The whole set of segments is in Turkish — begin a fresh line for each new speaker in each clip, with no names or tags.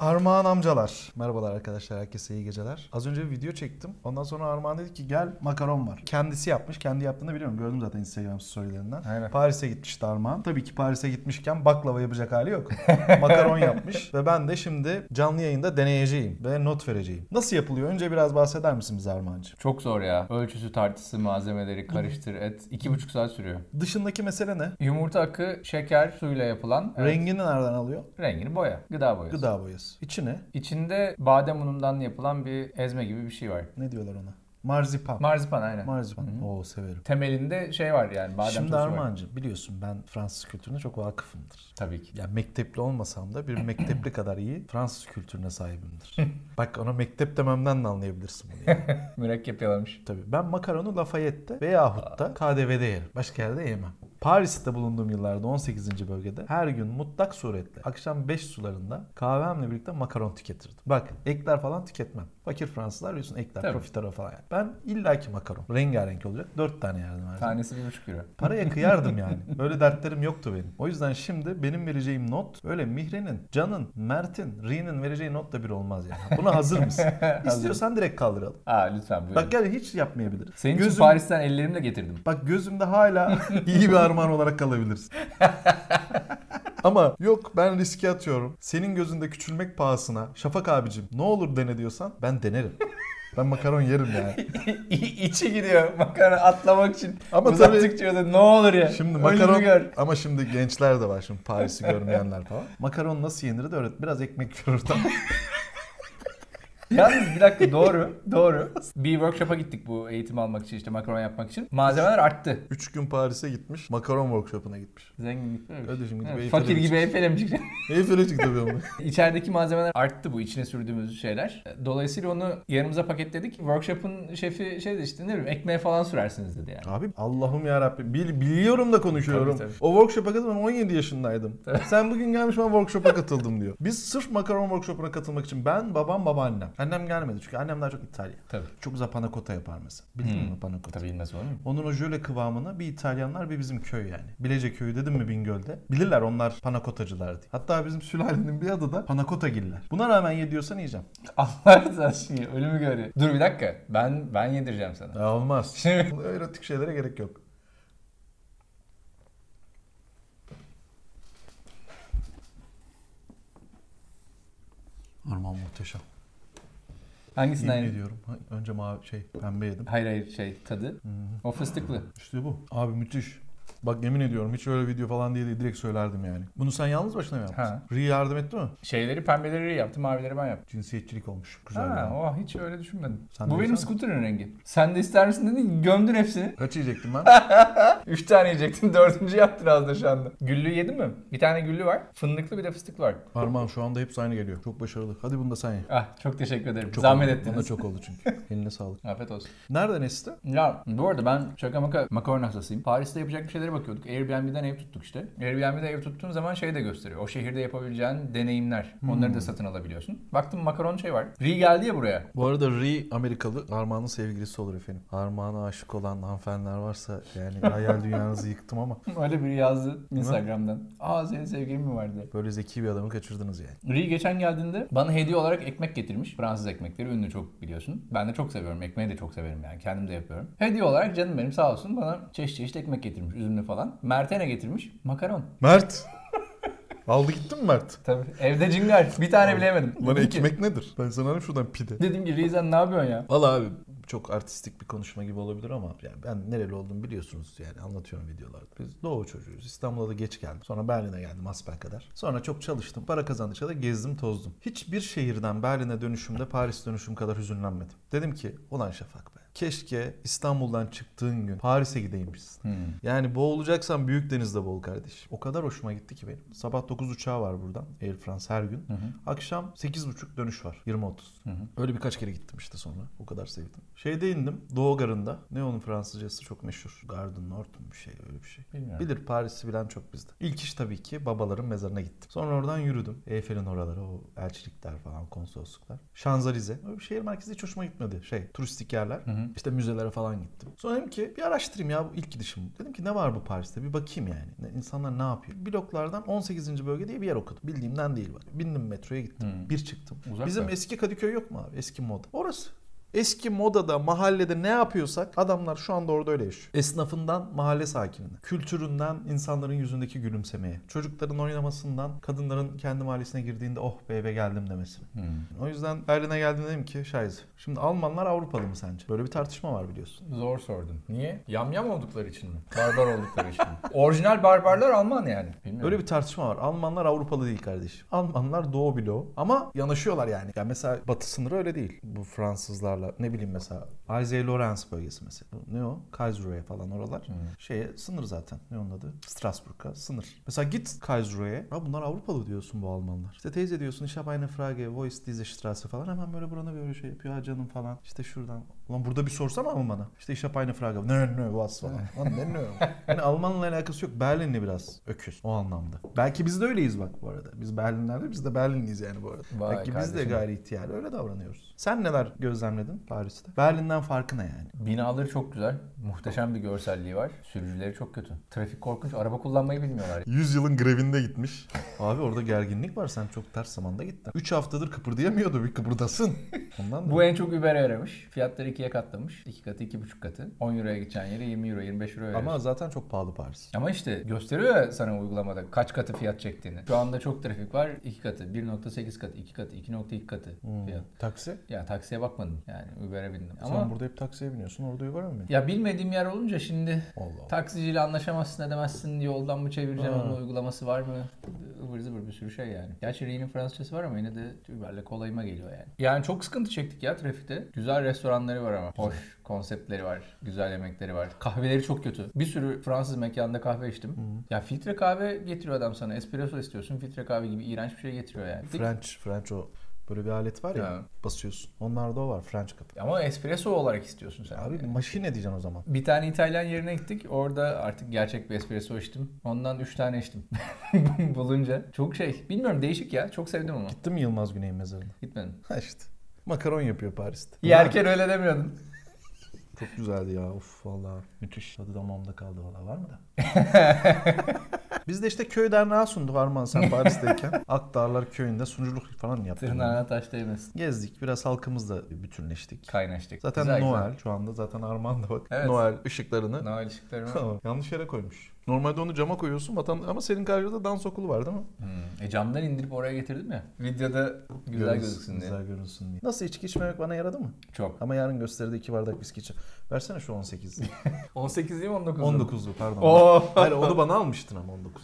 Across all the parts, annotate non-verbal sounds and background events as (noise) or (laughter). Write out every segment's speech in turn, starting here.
Armağan amcalar. Merhabalar arkadaşlar, herkese iyi geceler. Az önce bir video çektim. Ondan sonra Armağan dedi ki gel makaron var. Kendisi yapmış, kendi yaptığını biliyorum. Gördüm zaten Instagram storylerinden.
Aynen.
Paris'e gitmişti Armağan. Tabii ki Paris'e gitmişken baklava yapacak hali yok. (laughs) makaron yapmış ve ben de şimdi canlı yayında deneyeceğim ve not vereceğim. Nasıl yapılıyor? Önce biraz bahseder misin bize Armağancığım?
Çok zor ya. Ölçüsü, tartısı, malzemeleri karıştır et. iki buçuk saat sürüyor.
Dışındaki mesele ne?
Yumurta akı, şeker, suyla yapılan evet,
Rengini nereden alıyor?
rengini boya. Gıda boyası.
Gıda boyası. İçi ne?
İçinde badem unundan yapılan bir ezme gibi bir şey var.
Ne diyorlar ona? Marzipan.
Marzipan aynen.
Marzipan. Oo severim.
Temelinde şey var yani badem
Şimdi
tozu var.
Armağancığım biliyorsun ben Fransız kültürüne çok vakıfımdır.
Tabii ki.
Ya mektepli olmasam da bir
(clears throat)
mektepli kadar iyi Fransız kültürüne sahibimdir. (laughs) Bak ona mektep dememden de anlayabilirsin bunu.
(laughs)
yani.
Mürekkep yalamış.
Tabii ben makaronu Lafayette'de veyahut da KDV'de yerim. Başka yerde yemem. Paris'te bulunduğum yıllarda 18. bölgede her gün mutlak suretle akşam 5 sularında kahvemle birlikte makaron tüketirdim. Bak ekler falan tüketmem. Fakir Fransızlar biliyorsun ekler,
Tabii.
profiterol falan. yani. Ben illaki makaron. Rengarenk olacak. 4 tane yerdim her zaman.
Tanesi bir buçuk euro.
Paraya kıyardım yani. Böyle dertlerim yoktu benim. O yüzden şimdi benim vereceğim not böyle Mihri'nin, Can'ın, Mert'in, Ri'nin vereceği notla bir olmaz yani. Buna hazır
(laughs)
mısın? İstiyorsan direkt kaldıralım.
Aa lütfen buyurun.
Bak gel hiç yapmayabiliriz.
Senin için
Gözüm-
Paris'ten ellerimle getirdim. (laughs)
Bak gözümde hala iyi bir armağan olarak kalabilirsin. Ama yok ben riske atıyorum. Senin gözünde küçülmek pahasına Şafak abicim ne olur dene diyorsan ben denerim. Ben makaron yerim yani.
İçi gidiyor makara atlamak için.
Ama
Uzattıkça da ne olur ya.
Şimdi
Önünü
makaron
gör.
ama şimdi gençler de var şimdi Paris'i görmeyenler falan. Makaron nasıl yenir de öğret. Biraz ekmek görür (laughs) tamam.
Yalnız bir dakika doğru, doğru. Bir workshop'a gittik bu eğitim almak için işte makaron yapmak için. Malzemeler arttı.
3 gün Paris'e gitmiş. Makaron workshop'una gitmiş.
Zenginlikler öyle.
Öyle şimdi
Evet,
gibi
fakir gibi Eyfel'e mi çıkacak? (laughs)
Eyfel'e çıktı bir anda.
İçerideki malzemeler arttı bu içine sürdüğümüz şeyler. Dolayısıyla onu yarımıza paketledik. Workshop'un şefi şey dedi işte ne bileyim ekmeğe falan sürersiniz dedi
(laughs)
yani.
Abi Allah'ım ya Rabbim biliyorum da konuşuyorum.
Tabii, tabii.
O workshop'a katıldım ben 17 yaşındaydım. Sen bugün gelmiş ben workshop'a katıldım diyor. Biz sırf makaron workshop'una katılmak için ben, babam, babaannem. Annem gelmedi çünkü annem daha çok İtalya.
Tabii. Hmm.
Çok güzel panakota yapar mesela. Bildin mi panakota?
Tabii bilmez olur mu?
Onun o jöle kıvamını bir İtalyanlar bir bizim köy yani. Bilece köyü dedim mi Bingöl'de? Bilirler onlar panakotacılar diye. Hatta bizim sülalenin bir adı da panakotagiller. Buna rağmen ye diyorsan yiyeceğim.
(laughs) Allah razı olsun ya, ölümü görüyor. Dur bir dakika ben ben yedireceğim sana.
Ya olmaz.
Şimdi
Bu Erotik şeylere gerek yok. Armağan muhteşem.
hangisinden
Yemin
yedim?
ediyorum. Ha, Önce mavi şey pembe yedim. Hmm.
Hayır hayır şey tadı. O fıstıklı.
İşte bu. Abi müthiş. Bak yemin ediyorum hiç öyle video falan diye değil direkt söylerdim yani. Bunu sen yalnız başına mı yaptın?
Ha.
Ri yardım etti mi?
Şeyleri pembeleri yaptım mavileri ben yaptım.
Cinsiyetçilik olmuş. Güzel.
Ha,
yani.
oh, hiç öyle düşünmedim.
Sen
Bu
de
benim
yesene.
skuterin rengi. Sen de ister misin dedin, gömdün hepsini. (laughs)
Kaç yiyecektim ben?
Üç tane yiyecektin, (laughs) dördüncü yaptın az da şu anda. Güllü yedin mi? Bir tane güllü var, fındıklı bir de fıstıklı var.
Armağan şu anda hepsi aynı geliyor. Çok başarılı. Hadi bunu da sen ye.
Ah, çok teşekkür ederim.
Çok
Zahmet
oldu. Bana
ettiniz.
çok oldu
(laughs)
çünkü. Eline sağlık.
Afiyet olsun.
Nereden esti?
Ya bu arada ben şaka maka makarna hastasıyım. Paris'te yapacak bir şeylere bakıyorduk. Airbnb'den ev tuttuk işte. Airbnb'de ev tuttuğun zaman şey de gösteriyor. O şehirde yapabileceğin deneyimler.
Hmm.
Onları da satın alabiliyorsun. Baktım makaron şey var. Ri geldi ya buraya. (laughs)
Bu arada Ri Amerikalı Armağan'ın sevgilisi olur efendim. Armağan'a aşık olan hanımefendiler varsa yani
(laughs)
hayal dünyanızı yıktım ama
Öyle biri yazdı Instagram'dan. Aa senin sevgilin mi vardı?
böyle zeki bir adamı kaçırdınız yani.
Ri geçen geldiğinde bana hediye olarak ekmek getirmiş. Fransız ekmekleri ünlü çok biliyorsun. Ben de çok seviyorum. Ekmeği de çok severim yani. Kendim de yapıyorum. Hediye olarak canım benim sağ olsun bana çeşit çeşit ekmek getirmiş. Üzümlü falan. Mert'e ne getirmiş? Makaron.
Mert! Aldı gittin mi Mert?
Tabii. Evde cingar. Bir tane bile yemedim.
Lan
Dedim ki-
ekmek nedir? Ben sana alayım şuradan pide.
Dedim ki Ri sen ne yapıyorsun ya?
Valla abi çok artistik bir konuşma gibi olabilir ama yani ben nereli olduğumu biliyorsunuz yani anlatıyorum videolarda. Biz doğu çocuğuyuz. İstanbul'a da geç geldim. Sonra Berlin'e geldim asper kadar. Sonra çok çalıştım. Para kazandıkça da gezdim tozdum. Hiçbir şehirden Berlin'e dönüşümde Paris dönüşüm kadar hüzünlenmedim. Dedim ki ulan Şafak be. Keşke İstanbul'dan çıktığın gün Paris'e gideymişsin.
Hmm.
Yani boğulacaksan büyük denizde boğul kardeş. O kadar hoşuma gitti ki benim. Sabah 9 uçağı var buradan Air France her gün. Akşam 8.30 dönüş var 20.30. Öyle birkaç kere gittim işte sonra. O kadar sevdim. Şeyde indim Doğu Garı'nda. Ne onun Fransızcası çok meşhur. Garden North mu bir şey öyle bir şey.
Bilmiyorum.
Bilir Paris'i bilen çok bizde. İlk iş tabii ki babaların mezarına gittim. Sonra oradan yürüdüm. Eyfel'in oraları, o elçilikler falan, konsolosluklar. Şanzelize. Öyle bir şehir merkezi hiç hoşuma gitmedi. Şey, turistik yerler.
hı.
işte müzelere falan gittim. Sonra dedim ki bir araştırayım ya bu ilk gidişim. Dedim ki ne var bu Paris'te bir bakayım yani. Ne- İnsanlar ne yapıyor? Bloklardan 18. bölge diye bir yer okudum. Bildiğimden değil bak. Bindim metroya gittim. Bir çıktım.
Uzak
Bizim
da.
eski Kadıköy yok mu abi? Eski moda. Orası. Eski modada mahallede ne yapıyorsak adamlar şu anda orada öyle yaşıyor. Esnafından mahalle sakinine, kültüründen insanların yüzündeki gülümsemeye, çocukların oynamasından kadınların kendi mahallesine girdiğinde oh be eve geldim demesine.
Hmm.
O yüzden Berlin'e geldiğimde dedim ki şayız. Şimdi Almanlar Avrupalı mı sence? Böyle bir tartışma var biliyorsun.
Zor sordun. Niye? Yamyam oldukları için mi? Barbar oldukları için (laughs) mi? Orijinal barbarlar Alman yani. Bilmiyorum.
Öyle bir tartışma var. Almanlar Avrupalı değil kardeşim. Almanlar Doğu bloğu ama yanaşıyorlar yani. Yani mesela Batı sınırı öyle değil. Bu Fransızlarla ne bileyim mesela Isaiah Lawrence bölgesi mesela. Bu ne o? Kaiseru'ya falan oralar. Şeye sınır zaten. Ne onun adı? Strasbourg'a sınır. Mesela git Kaiseru'ya. Ha bunlar Avrupalı diyorsun bu Almanlar. İşte teyze diyorsun Ich habe eine Frage, wo ist diese Straße falan. Hemen böyle burana böyle şey yapıyor. Ha canım falan. İşte şuradan. Ulan burada bir sorsam Alman'a. İşte Ich habe eine Frage. Ne ne was falan. Lan ne ne. Yani Hani Alman'la alakası yok. Berlin'le biraz öküz o anlamda. Belki biz de öyleyiz bak bu arada. Biz Berlinler'de biz de Berlinliyiz yani bu arada.
Vay
Belki biz de
kardeşim.
gayri ihtiyar öyle davranıyoruz. Sen neler gözlemledin Paris'te? Berlin'den farkı ne yani?
Binaları çok güzel. Muhteşem bir görselliği var. Sürücüleri çok kötü. Trafik korkunç. Araba kullanmayı bilmiyorlar.
100 yılın grevinde gitmiş. Abi orada gerginlik var. Sen çok ters zamanda gittin. 3 haftadır kıpırdayamıyordu. Bir kıpırdasın. Ondan da.
Bu en çok Uber'e yaramış. Fiyatları ikiye katlamış. 2 katı, iki buçuk katı. 10 euroya gideceğin yere 20 euro, 25 euro veriyorsun.
Ama
Ama,
zaten çok pahalı Paris.
Ama işte gösteriyor ya sana uygulamada kaç katı fiyat çektiğini. Şu anda çok trafik var. 2 katı, 1.8 katı, 2 katı, 2.2 katı fiyat.
Taksi?
Ya taksiye bakmadım yani Uber'e bindim. Ama
Hmm. Sen burada hep taksiye biniyorsun. Orada yuvar mı?
ya bilmediğim yer olunca şimdi
Allah Allah.
taksiciyle anlaşamazsın edemezsin yoldan mı çevireceğim
Ha.
onun uygulaması var mı? Ivır zıvır bir sürü şey yani. Gerçi Rein'in Fransızcası var ama yine de Uber'le kolayıma geliyor yani. Yani çok sıkıntı çektik ya trafikte. Güzel restoranları var ama. Hoş konseptleri var. Güzel yemekleri var. Kahveleri çok kötü. Bir sürü Fransız mekanda kahve içtim. Ya filtre kahve getiriyor adam sana. Espresso istiyorsun. Filtre kahve gibi iğrenç bir şey getiriyor yani.
French. French o. Böyle bir alet var ya.
Ha.
Basıyorsun. Onlarda o var. French kapı.
Ama espresso olarak istiyorsun sen.
E Abi
Yani.
maşine diyeceksin o zaman.
Bir tane İtalyan yerine gittik. Orada artık gerçek bir espresso içtim. Ondan 3 tane içtim. (laughs) Bulunca. Çok şey. Bilmiyorum değişik ya. Çok sevdim ama.
Gittin mi Yılmaz Güney'in mezarına?
Gitmedim.
Ha işte. Makaron yapıyor Paris'te.
Yerken öyle demiyordun.
Çok güzeldi ya. Of valla. Müthiş. Tadı damağımda kaldı valla. Var mı
(laughs)
da? Biz de işte köy derneği sunduk Arman sen Paris'teyken. (laughs) Akdağlar köyünde sunuculuk falan yaptık.
Tırnağına taş değmesin.
Gezdik. Biraz halkımızla bütünleştik.
Kaynaştık.
Zaten
Güzel, güzel.
Noel şu anda. Zaten Arman da bak.
Evet.
Noel ışıklarını.
Noel ışıkları mı?
(laughs) Tamam, Yanlış yere koymuş. Normalde onu cama koyuyorsun vatan ama senin karşıda dans okulu var değil mi?
Hmm. E camdan indirip oraya getirdim ya. Videoda güzel
Görünsün,
gözüksün diye.
Güzel görünsün diye. Nasıl içki içmemek bana yaradı mı?
Çok.
Ama yarın gösteride iki bardak viski içe. Versene şu 18.
18 değil mi 19?
19'lu pardon.
Oo.
(laughs) Hayır onu bana almıştın ama 19.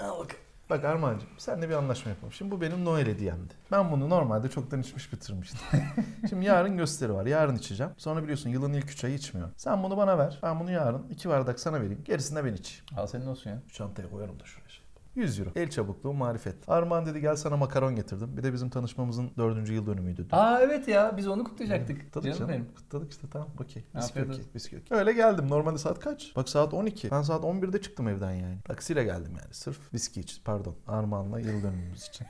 Al bak. Bak Armağan'cığım seninle bir anlaşma yapalım. Şimdi bu benim Noel hediyemdi. Ben bunu normalde çoktan içmiş bitirmiştim. Şimdi yarın gösteri var. Yarın içeceğim. Sonra biliyorsun yılın ilk üç ayı içmiyorum. Sen bunu bana ver. Ben bunu yarın iki bardak sana vereyim. Gerisini de ben içeyim.
Al senin olsun ya.
Şu Çantaya koyarım da şuraya. şey. 100 euro. El çabukluğu marifet. Armağan dedi gel sana makaron getirdim. Bir de bizim tanışmamızın dördüncü yıl dönümüydü. dün.
Aa evet ya biz onu kutlayacaktık.
Kutladık
Canım,
canım.
benim.
Kutladık işte tamam okey. Viski
Afiyet
okey.
olsun.
Viski okey. Öyle geldim. Normalde saat kaç? Bak saat 12. Ben saat 11'de çıktım evden yani. Taksiyle geldim yani. Sırf viski için. Pardon. Armağan'la yıl dönümümüz
(laughs)
için.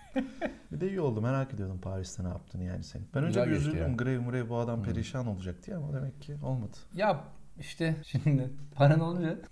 bir de iyi oldu. Merak ediyordum Paris'te ne yaptığını yani senin. Ben önce
Güzel
bir
geçti
üzüldüm.
ya. Hmm.
Grev mrev bu adam perişan olacak diye ama demek ki olmadı.
Ya işte şimdi paran olunca (laughs)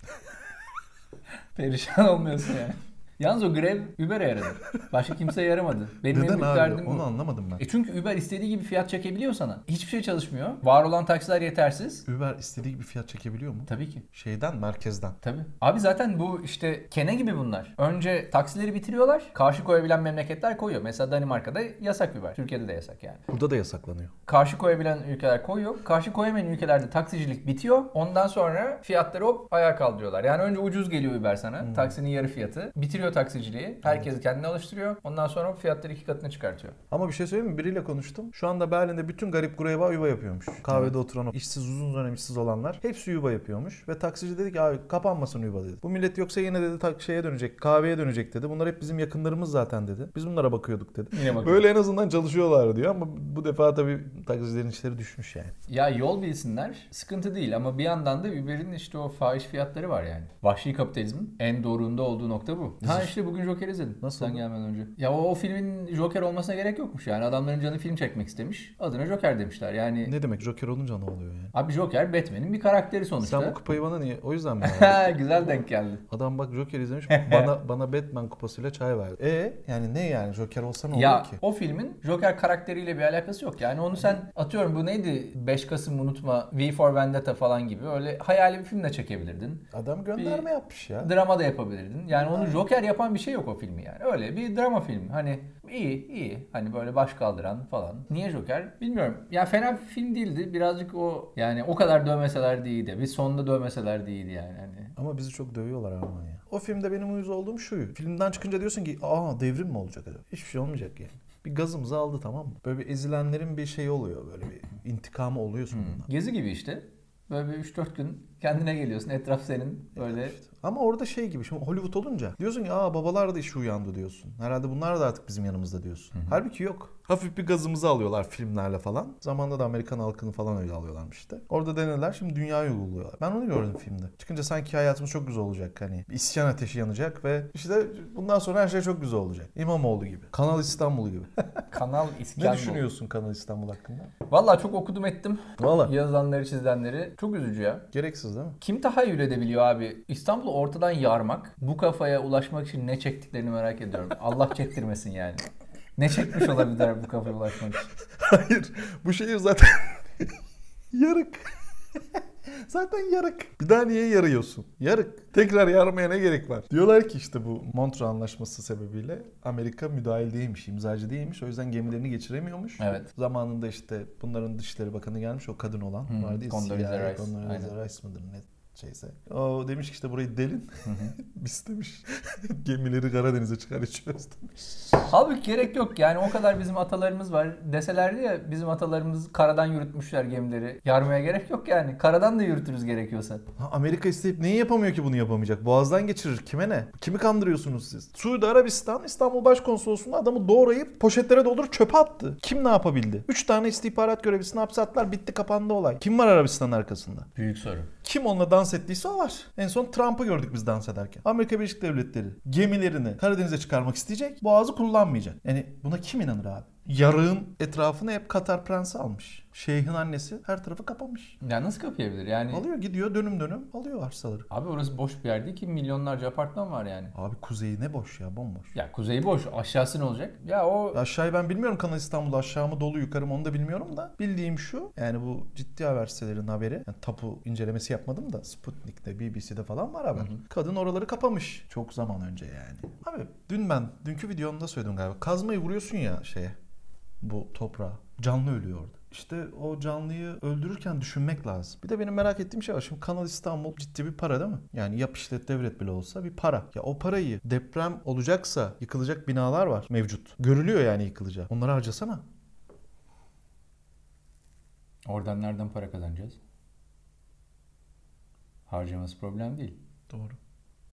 perişan olmuyorsun yani. Yalnız o grev Uber'e yaradı. Başka kimseye yaramadı. Benim en
Neden
büyük
abi?
derdim bu.
Onu anlamadım ben.
E çünkü Uber istediği gibi fiyat çekebiliyor sana. Hiçbir şey çalışmıyor. Var olan taksiler yetersiz.
Uber istediği gibi fiyat çekebiliyor mu?
Tabii ki.
Şeyden, merkezden.
Tabii. Abi zaten bu işte kene gibi bunlar. Önce taksileri bitiriyorlar. Karşı koyabilen memleketler koyuyor. Mesela Danimarka'da yasak Uber. Türkiye'de de yasak yani.
Burada da yasaklanıyor.
Karşı koyabilen ülkeler koyuyor. Karşı koyamayan ülkelerde taksicilik bitiyor. Ondan sonra fiyatları hop ayağa kaldırıyorlar. Yani önce ucuz geliyor Uber sana.
Hmm.
Taksinin yarı fiyatı. Bitiriyor taksiciliği. Herkesi kendine alıştırıyor. Ondan sonra fiyatları iki katına çıkartıyor.
Ama bir şey söyleyeyim mi? Biriyle konuştum. Şu anda Berlin'de bütün garip gureba yuva yapıyormuş. Kahvede oturan o işsiz uzun dönem işsiz olanlar hepsi yuva yapıyormuş. Ve taksici dedi ki abi kapanmasın yuva dedi. Bu millet yoksa yine dedi tak şeye dönecek kahveye dönecek dedi. Bunlar hep bizim yakınlarımız zaten dedi. Biz bunlara bakıyorduk dedi.
Yine bakıyor.
Böyle en azından çalışıyorlar diyor ama bu defa tabii taksicilerin işleri düşmüş yani.
Ya yol bilsinler sıkıntı değil ama bir yandan da Uber'in işte o fahiş fiyatları var yani. Vahşi kapitalizmin en doğruğunda olduğu nokta bu.
Ha,
Ben
Nasıl?
işte bugün Joker izledim.
Nasıl
Sen
oldu?
gelmeden önce. Ya o, o filmin Joker olmasına gerek yokmuş yani. Adamların canı film çekmek istemiş. Adına Joker demişler. Yani
Ne demek Joker olunca ne oluyor yani?
abi Joker Batman'in bir karakteri sonuçta. (laughs)
Sen bu kupayı bana niye? O yüzden mi? verdin?
Ha, Güzel denk geldi.
Adam bak Joker izlemiş bana bana Batman kupasıyla çay verdi. E yani ne yani Joker olsa ne
Ya
olur ki?
o filmin Joker karakteriyle bir alakası yok. Yani onu sen atıyorum bu neydi 5 Kasım unutma V for Vendetta falan gibi öyle hayali bir film de çekebilirdin.
Adam gönderme yapmış ya.
Drama da yapabilirdin. Yani onu Joker yapan bir şey yok o filmi yani. Öyle bir drama filmi. Hani iyi iyi. Hani böyle baş kaldıran falan. Niye Joker? Bilmiyorum. Ya fena bir film değildi. Birazcık o yani o kadar dövmeseler de iyiydi. Bir sonda dövmeseler de iyiydi yani. Hani.
Ama bizi çok dövüyorlar Arman ya. O filmde benim uyuz olduğum şu. Filmden çıkınca diyorsun ki aa devrim mi olacak acaba? Hiçbir şey olmayacak yani. Bir gazımızı aldı tamam mı? Böyle bir ezilenlerin bir şeyi oluyor böyle bir intikamı oluyor sonunda.
Gezi gibi işte. Böyle bir 3-4 gün kendine geliyorsun. Etraf senin böyle
Ama orada şey gibi şimdi Hollywood olunca diyorsun ki aa babalar da işi uyandı diyorsun. Herhalde bunlar da artık bizim yanımızda diyorsun. Halbuki yok. Hafif bir gazımızı alıyorlar filmlerle falan. Zamanında da Amerikan halkını falan öyle alıyorlarmıştı. Orada denediler şimdi dünyayı uyguluyorlar. Ben onu gördüm filmde. Çıkınca sanki hayatımız çok güzel olacak hani. Bir isyan ateşi yanacak ve işte bundan sonra her şey çok güzel olacak. İmamoğlu gibi. Kanal İstanbul gibi.
(laughs) Kanal
ne
İstanbul.
düşünüyorsun Kanal İstanbul hakkında?
Valla çok okudum ettim.
Valla.
Yazılanları çizilenleri. Çok üzücü ya.
Gereksiz değil mi?
Kim tahayyül edebiliyor abi? İstanbul'u ortadan yarmak. Bu kafaya ulaşmak için ne çektiklerini merak ediyorum. Allah çektirmesin yani. Ne çekmiş olabilirler bu kafaya ulaşmak için?
Hayır. Bu şehir zaten (laughs) yarık. (laughs) zaten yarık. Bir daha niye yarıyorsun? Yarık. Tekrar yarmaya ne gerek var? Diyorlar ki işte bu Montreux Anlaşması sebebiyle Amerika müdahil değilmiş, imzacı değilmiş. O yüzden gemilerini geçiremiyormuş.
Evet.
Zamanında işte bunların Dışişleri Bakanı gelmiş o kadın olan.
Hı,
vardı ya,
Condoleezza
CIA,
Rice.
Condoleezza Rice mıdır ne şeyse. O demiş ki işte burayı delin. (laughs) Biz demiş gemileri Karadeniz'e çıkar içiyoruz demiş.
Halbuki gerek yok yani o kadar bizim atalarımız var. Deselerdi ya bizim atalarımız karadan yürütmüşler gemileri. Yarmaya gerek yok yani. Karadan da yürütürüz gerekiyorsa.
Ha, Amerika isteyip neyi yapamıyor ki bunu yapamayacak? Boğazdan geçirir. Kime ne? Kimi kandırıyorsunuz siz? Suudi Arabistan İstanbul Başkonsolosluğu'nda adamı doğrayıp poşetlere doldurup çöpe attı. Kim ne yapabildi? 3 tane istihbarat görevlisini hapse attılar. Bitti kapandı olay. Kim var Arabistan'ın arkasında?
Büyük soru.
Kim onunla dans ettiyse o var. En son Trump'ı gördük biz dans ederken. Amerika Birleşik Devletleri gemilerini Karadeniz'e çıkarmak isteyecek. Boğazı kullanmayacak. Yani buna kim inanır abi? Yarığın etrafını hep Katar prensi almış. Şeyhin annesi her tarafı kapamış.
Ya nasıl kapayabilir yani?
Alıyor gidiyor dönüm dönüm alıyor arsaları.
Abi orası boş bir yer değil ki milyonlarca apartman var yani.
Abi kuzeyi ne boş ya bomboş.
Ya kuzey boş, aşağısı ne olacak? Ya o
Aşağıyı ben bilmiyorum Kanal İstanbul aşağı mı dolu yukarı mı onu da bilmiyorum da bildiğim şu yani bu ciddi haber sitelerinin haberi yani tapu incelemesi yapmadım da Sputnik'te BBC'de falan var haber. Kadın oraları kapamış çok zaman önce yani. Abi dün ben dünkü videomda söyledim galiba kazmayı vuruyorsun ya şeye bu toprağa canlı ölüyor orada. İşte o canlıyı öldürürken düşünmek lazım. Bir de benim merak ettiğim şey var. Şimdi Kanal İstanbul ciddi bir para değil mi? Yani yap işlet devret bile olsa bir para. Ya o parayı deprem olacaksa yıkılacak binalar var mevcut. Görülüyor yani yıkılacak. Onları harcasana.
oradan nereden para kazanacağız? Harcaması problem değil.
Doğru.